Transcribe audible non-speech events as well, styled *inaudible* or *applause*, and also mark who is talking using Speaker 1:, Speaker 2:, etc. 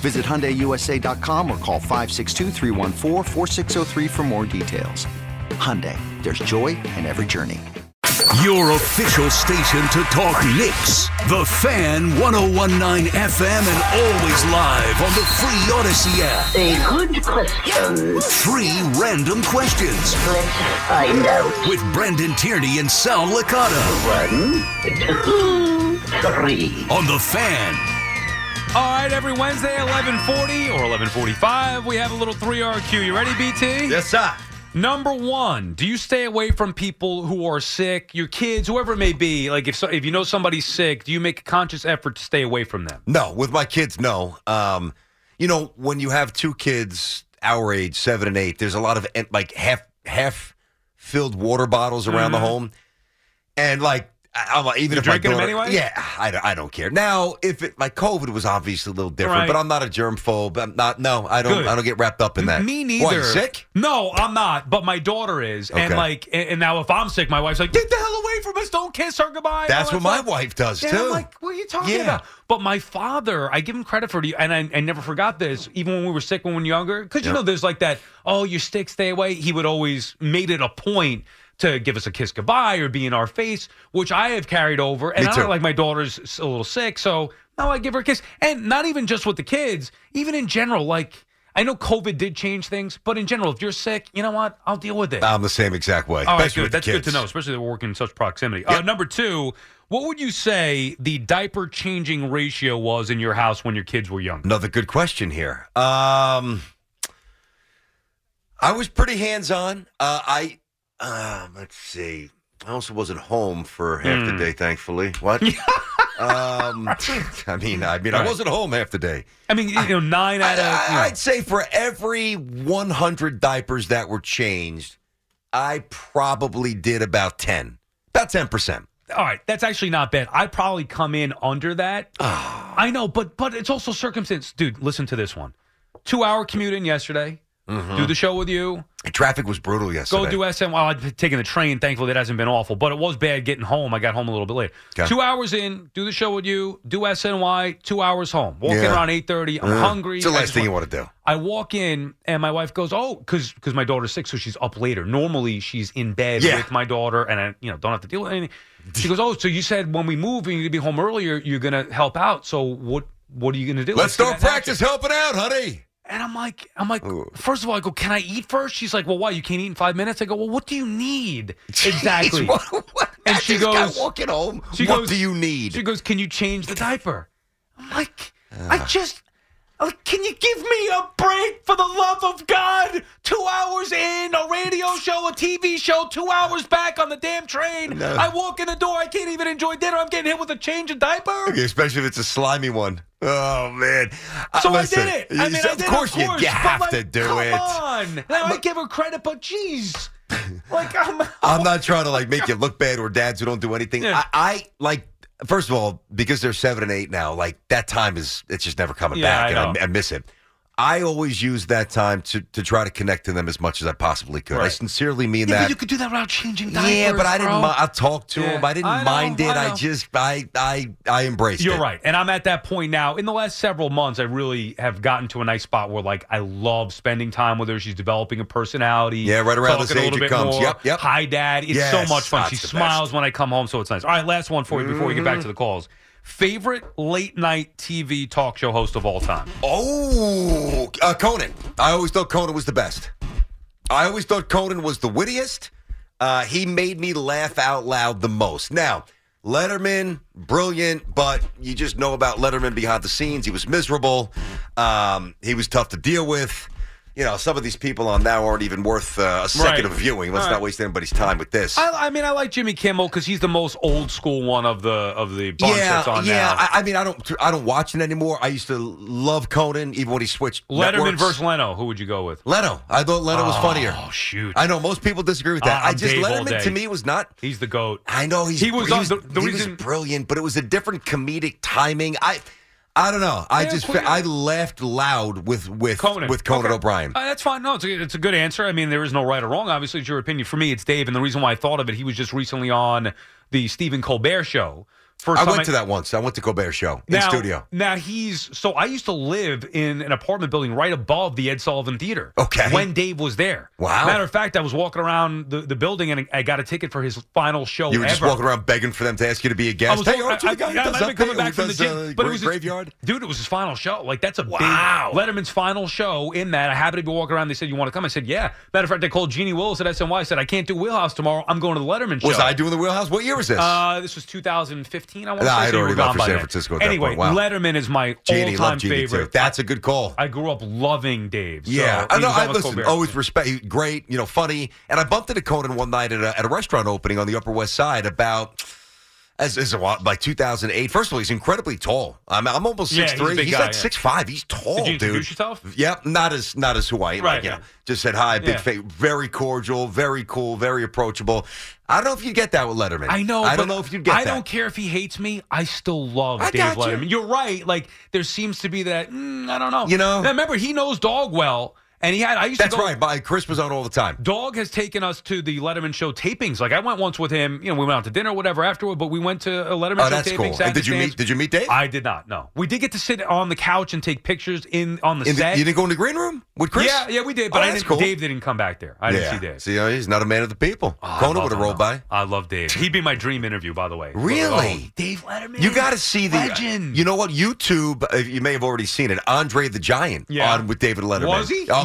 Speaker 1: Visit HyundaiUSA.com or call 562-314-4603 for more details. Hyundai, there's joy in every journey.
Speaker 2: Your official station to talk Knicks. The Fan 1019 FM and always live on the free Odyssey app.
Speaker 3: A good question.
Speaker 2: Three random questions
Speaker 3: Let's find out.
Speaker 2: with Brendan Tierney and Sal Licata
Speaker 3: One, two, three.
Speaker 2: on The Fan.
Speaker 4: All right, every Wednesday, 1140 or 1145, we have a little 3RQ. You ready, BT?
Speaker 5: Yes, sir.
Speaker 4: Number one, do you stay away from people who are sick, your kids, whoever it may be? Like, if, so, if you know somebody's sick, do you make a conscious effort to stay away from them?
Speaker 5: No, with my kids, no. Um, you know, when you have two kids our age, seven and eight, there's a lot of eh, like half half filled water bottles around the home, and like I- I'm like,
Speaker 4: Mm-hmm.
Speaker 5: even
Speaker 4: You
Speaker 5: if my
Speaker 4: drinking 'em
Speaker 5: daughter,
Speaker 4: anyway?
Speaker 5: yeah, I, don't- I don't care. Now, if it like COVID was obviously a little different,
Speaker 4: Right.
Speaker 5: but I'm not a germ phobe. I'm not. No, I don't.
Speaker 4: Good.
Speaker 5: I don't get wrapped up in that.
Speaker 4: Me neither.
Speaker 5: Why, you sick?
Speaker 4: No, I'm not, but my daughter is. And,
Speaker 5: Okay.
Speaker 4: like, and, and now if I'm sick, my wife's like, get the hell away from us. Don't kiss her goodbye. and
Speaker 5: That's
Speaker 4: all
Speaker 5: what
Speaker 4: that
Speaker 5: my
Speaker 4: stuff.
Speaker 5: wife does
Speaker 4: Yeah,
Speaker 5: too.
Speaker 4: I'm like, what are you talking
Speaker 5: Yeah.
Speaker 4: about? But my father, I give him credit for it, and I, I never forgot this, even when we were sick when we were younger. Because, you
Speaker 5: Yep.
Speaker 4: know, there's like that, oh, you stick, stay away. He would always made it a point to give us a kiss goodbye or be in our face, which I have carried over. And
Speaker 5: Me
Speaker 4: I don't
Speaker 5: too.
Speaker 4: like my daughter's s- a little sick, so now I give her a kiss. And not even just with the kids, even in general, like, I know COVID did change things, but in general, if you're sick, you know what? I'll deal with it.
Speaker 5: I'm the same exact way.
Speaker 4: All right,
Speaker 5: especially
Speaker 4: good.
Speaker 5: with the
Speaker 4: That's good to
Speaker 5: kids.
Speaker 4: know, especially that we're working in such proximity. Uh,
Speaker 5: Yep.
Speaker 4: number two, what would you say the diaper changing ratio was in your house when your kids were young?
Speaker 5: Another good question here. Um, I was pretty hands on. Uh, I um, let's see. I also wasn't home for half
Speaker 4: Hmm.
Speaker 5: the day, thankfully.
Speaker 4: *laughs*
Speaker 5: What? um, I mean, I mean, I
Speaker 4: Right.
Speaker 5: wasn't home half the day.
Speaker 4: I mean, you know, nine out of. you know.
Speaker 5: I, would say for every 100 diapers that were changed, I probably did about 10, about 10 percent.
Speaker 4: all right, that's actually not bad. I probably come in under that.
Speaker 5: Ah.
Speaker 4: I know, but but it's also circumstance, dude. Listen to this one: two hour commute in yesterday.
Speaker 5: Mm-hmm.
Speaker 4: Do the show with you.
Speaker 5: Traffic was brutal yesterday.
Speaker 4: Go do SM. Well, I've taken the train. Thankfully, that hasn't been awful, but it was bad getting home. I got home a little bit late.
Speaker 5: Okay.
Speaker 4: Two hours in, do the show with you, do SNY, two hours home. Walking
Speaker 5: Yeah.
Speaker 4: around 8.30, I'm
Speaker 5: Uh,
Speaker 4: hungry.
Speaker 5: It's the
Speaker 4: I
Speaker 5: last
Speaker 4: just
Speaker 5: thing
Speaker 4: want-
Speaker 5: you want to do.
Speaker 4: I walk in and my wife goes, "Oh, because because my daughter's sick, so she's up later. Normally she's in bed
Speaker 5: Yeah.
Speaker 4: with my daughter, and I you know don't have to deal with anything." She goes, "Oh, so you said when we move, you need to be home earlier. You're gonna help out. So what what are you gonna do?
Speaker 5: Let's
Speaker 4: do
Speaker 5: start
Speaker 4: that now."
Speaker 5: practice helping out, honey.
Speaker 4: And I'm like, I'm like,
Speaker 5: Ooh.
Speaker 4: first of all, I go, can I eat first? She's like, well, why? You can't eat in five minutes. I go, well, what do you need exactly?
Speaker 5: *laughs* Jeez, what, what,
Speaker 4: And
Speaker 5: I
Speaker 4: she
Speaker 5: just got
Speaker 4: goes-
Speaker 5: walking home.
Speaker 4: she
Speaker 5: what
Speaker 4: goes-
Speaker 5: do you need?
Speaker 4: She goes, can you change the diaper? I'm like, I
Speaker 5: Ah.
Speaker 4: just, I'm like, can you give me a break for the love of God? Two hours in, a radio show, a TV show, two hours back on the damn train. I walk in the door, I can't even enjoy dinner. I'm getting hit with a change of
Speaker 5: *laughs*
Speaker 4: diaper.
Speaker 5: Okay, especially if it's a slimy one. Oh man! Uh,
Speaker 4: So
Speaker 5: listen,
Speaker 4: I did it. I
Speaker 5: you-
Speaker 4: mean, I
Speaker 5: of
Speaker 4: did it,
Speaker 5: course you,
Speaker 4: course,
Speaker 5: you
Speaker 4: but,
Speaker 5: have
Speaker 4: like,
Speaker 5: to do
Speaker 4: come
Speaker 5: it.
Speaker 4: on. Now I give her credit, but
Speaker 5: *laughs*
Speaker 4: jeez, like I'm.
Speaker 5: I'm not trying to like make you look bad or dads who don't do anything.
Speaker 4: Yeah.
Speaker 5: I, I like first of all because they're seven and eight now. Like that time is it's just never coming
Speaker 4: Yeah,
Speaker 5: back,
Speaker 4: I
Speaker 5: and
Speaker 4: know.
Speaker 5: I, I miss it. I always use that time to to try to connect to them as much as I possibly could. I
Speaker 4: Right.
Speaker 5: sincerely mean
Speaker 4: Yeah, *laughs*
Speaker 5: that.
Speaker 4: but you could do that without changing diapers.
Speaker 5: yeah, but I didn't.
Speaker 4: bro.
Speaker 5: mi- I talked to
Speaker 4: Yeah.
Speaker 5: him. I didn't
Speaker 4: I know,
Speaker 5: mind it.
Speaker 4: I
Speaker 5: I,
Speaker 4: know.
Speaker 5: just I I I embraced it.
Speaker 4: You're right. And I'm at that point now. In the last several months, I really have gotten to a nice spot where, like, I love spending time with her. She's developing a personality.
Speaker 5: Yeah, right around
Speaker 4: talking
Speaker 5: this
Speaker 4: a
Speaker 5: age
Speaker 4: little bit
Speaker 5: it comes.
Speaker 4: More.
Speaker 5: Yep, yep.
Speaker 4: Hi, Dad. It's
Speaker 5: Yes,
Speaker 4: so much fun.
Speaker 5: that's
Speaker 4: She
Speaker 5: the Mm-hmm.
Speaker 4: smiles when I come home, so it's nice. All right, last one for you before we get back to the calls. Favorite late night TV talk show host of all time?
Speaker 5: Oh, uh, Conan. I always thought Conan was the best. I always thought Conan was the wittiest. Uh, he made me laugh out loud the most. Now, Letterman, brilliant, but you just know about Letterman behind the scenes. He was miserable. Um, he was tough to deal with. You know, some of these people on now aren't even worth uh, a second
Speaker 4: Right.
Speaker 5: of viewing. Let's
Speaker 4: All
Speaker 5: not
Speaker 4: right.
Speaker 5: waste anybody's time with this.
Speaker 4: I, I mean, I like Jimmy Kimmel because he's the most old school one of the of the bunch that's on
Speaker 5: yeah.
Speaker 4: now.
Speaker 5: I, I mean, I don't, I don't watch it anymore. I used to love Conan, even when he switched.
Speaker 4: Letterman
Speaker 5: networks.
Speaker 4: versus Leno. Who would you go with?
Speaker 5: Leno. I thought Leno was funnier.
Speaker 4: Oh shoot,
Speaker 5: I know most people disagree with that.
Speaker 4: Uh,
Speaker 5: I
Speaker 4: I'm
Speaker 5: just
Speaker 4: Dave all
Speaker 5: Letterman
Speaker 4: day.
Speaker 5: to me was not.
Speaker 4: he's the goat.
Speaker 5: I know he's
Speaker 4: He was on the- the
Speaker 5: he
Speaker 4: reason-
Speaker 5: was brilliant, but it was a different comedic timing. I I don't know. I
Speaker 4: Yeah,
Speaker 5: just
Speaker 4: clear.
Speaker 5: I laughed loud with with
Speaker 4: Conan.
Speaker 5: with Conan
Speaker 4: Okay.
Speaker 5: O'Brien.
Speaker 4: Uh, that's fine. No, it's a, it's a good answer. I mean, there is no right or wrong. Obviously, it's your opinion. For me, it's Dave. And the reason why I thought of it, he was just recently on the Stephen Colbert show. First
Speaker 5: I
Speaker 4: time
Speaker 5: went to that once. I went to Colbert's show in
Speaker 4: now,
Speaker 5: studio.
Speaker 4: Now he's so I used to live in an apartment building right above the Ed Sullivan Theater.
Speaker 5: Okay.
Speaker 4: When Dave was there.
Speaker 5: Wow.
Speaker 4: Matter of fact, I was walking around the, the building and I got a ticket for his final show
Speaker 5: You were
Speaker 4: ever.
Speaker 5: just walking around begging for them to ask you to be a
Speaker 4: I
Speaker 5: guest.
Speaker 4: was
Speaker 5: Hey,
Speaker 4: walking-
Speaker 5: aren't you
Speaker 4: I-
Speaker 5: the guy
Speaker 4: I-
Speaker 5: who
Speaker 4: yeah,
Speaker 5: does
Speaker 4: I've been
Speaker 5: nothing?
Speaker 4: coming
Speaker 5: Who
Speaker 4: back from the
Speaker 5: does,
Speaker 4: gym, but
Speaker 5: uh,
Speaker 4: it
Speaker 5: Great
Speaker 4: was his-
Speaker 5: graveyard.
Speaker 4: Dude, it was his final show. Like that's a
Speaker 5: Wow.
Speaker 4: big Letterman's final show. In that, I happened to be walking around. They said, "You want to come?" I said, "Yeah." Matter of fact, I called Jeannie Willis at SNY. I said, "I can't do Wheelhouse tomorrow. I'm going to the Letterman show."
Speaker 5: Was I doing the wheelhouse? What year was this?
Speaker 4: Uh, this was 2015. I want to
Speaker 5: Nah,
Speaker 4: say
Speaker 5: I'd
Speaker 4: so you
Speaker 5: already
Speaker 4: were gone
Speaker 5: left for
Speaker 4: by
Speaker 5: San
Speaker 4: then.
Speaker 5: Francisco at that
Speaker 4: Anyway,
Speaker 5: point. Wow.
Speaker 4: Letterman is my
Speaker 5: Jeannie,
Speaker 4: all-time
Speaker 5: love Jeannie
Speaker 4: favorite.
Speaker 5: too. That's a good call.
Speaker 4: I grew up loving Dave. So
Speaker 5: Yeah, I
Speaker 4: he
Speaker 5: know.
Speaker 4: was
Speaker 5: I
Speaker 4: almost
Speaker 5: listen.
Speaker 4: Colbert.
Speaker 5: Always respect. he- Great, you know, funny. And I bumped into Conan one night at a, at a restaurant opening on the Upper West Side about. As, as a lot, like 2008. First of all, he's incredibly tall. I'm, I'm almost
Speaker 4: Yeah,
Speaker 5: six
Speaker 4: he's a
Speaker 5: three. He's,
Speaker 4: big guy,
Speaker 5: like
Speaker 4: yeah.
Speaker 5: six five. He's tall,
Speaker 4: Did you
Speaker 5: Oh, dude.
Speaker 4: introduce yourself?
Speaker 5: Yep, not as not as who I am.
Speaker 4: Right,
Speaker 5: like, you
Speaker 4: yeah.
Speaker 5: know, just said hi, big
Speaker 4: Yeah.
Speaker 5: face, very cordial, very cool, very approachable. I don't know if you get that with Letterman.
Speaker 4: I know.
Speaker 5: I don't
Speaker 4: but
Speaker 5: know if you get
Speaker 4: I
Speaker 5: that.
Speaker 4: don't care if he hates me. I still love
Speaker 5: I
Speaker 4: Dave
Speaker 5: got you.
Speaker 4: Letterman. You. are right. Like there seems to be that. mm, I don't know.
Speaker 5: You know?
Speaker 4: Now, remember he knows Dog well, and he had. I used
Speaker 5: That's
Speaker 4: to go,
Speaker 5: right. By Chris was on all the time.
Speaker 4: Dog has taken us to the Letterman show tapings. Like I went once with him. You know, we went out to dinner, whatever afterward. But we went to a Letterman
Speaker 5: Oh,
Speaker 4: show
Speaker 5: that's
Speaker 4: taping.
Speaker 5: cool.
Speaker 4: sat in
Speaker 5: And did
Speaker 4: the
Speaker 5: you
Speaker 4: stands.
Speaker 5: meet? Did you meet Dave?
Speaker 4: I did not. No, we did get to sit on the couch and take pictures in on the
Speaker 5: In the-
Speaker 4: set.
Speaker 5: you didn't go in the green room with Chris?
Speaker 4: Yeah, yeah, we did. But
Speaker 5: Oh,
Speaker 4: I
Speaker 5: that's
Speaker 4: didn't.
Speaker 5: cool.
Speaker 4: Dave didn't come back there. I didn't see Dave.
Speaker 5: See, uh, he's not a man of the people.
Speaker 4: Oh, I
Speaker 5: Conan
Speaker 4: love
Speaker 5: would have
Speaker 4: him,
Speaker 5: rolled
Speaker 4: though.
Speaker 5: by.
Speaker 4: I love Dave. He'd be my dream interview, by the way.
Speaker 5: Really?
Speaker 4: Oh, Dave Letterman.
Speaker 5: You got to see the. uh,
Speaker 4: legend.
Speaker 5: You know what? YouTube. Uh, you may have already seen it. Andre the Giant
Speaker 4: Yeah.
Speaker 5: on with David Letterman.
Speaker 4: Was he?
Speaker 5: Oh,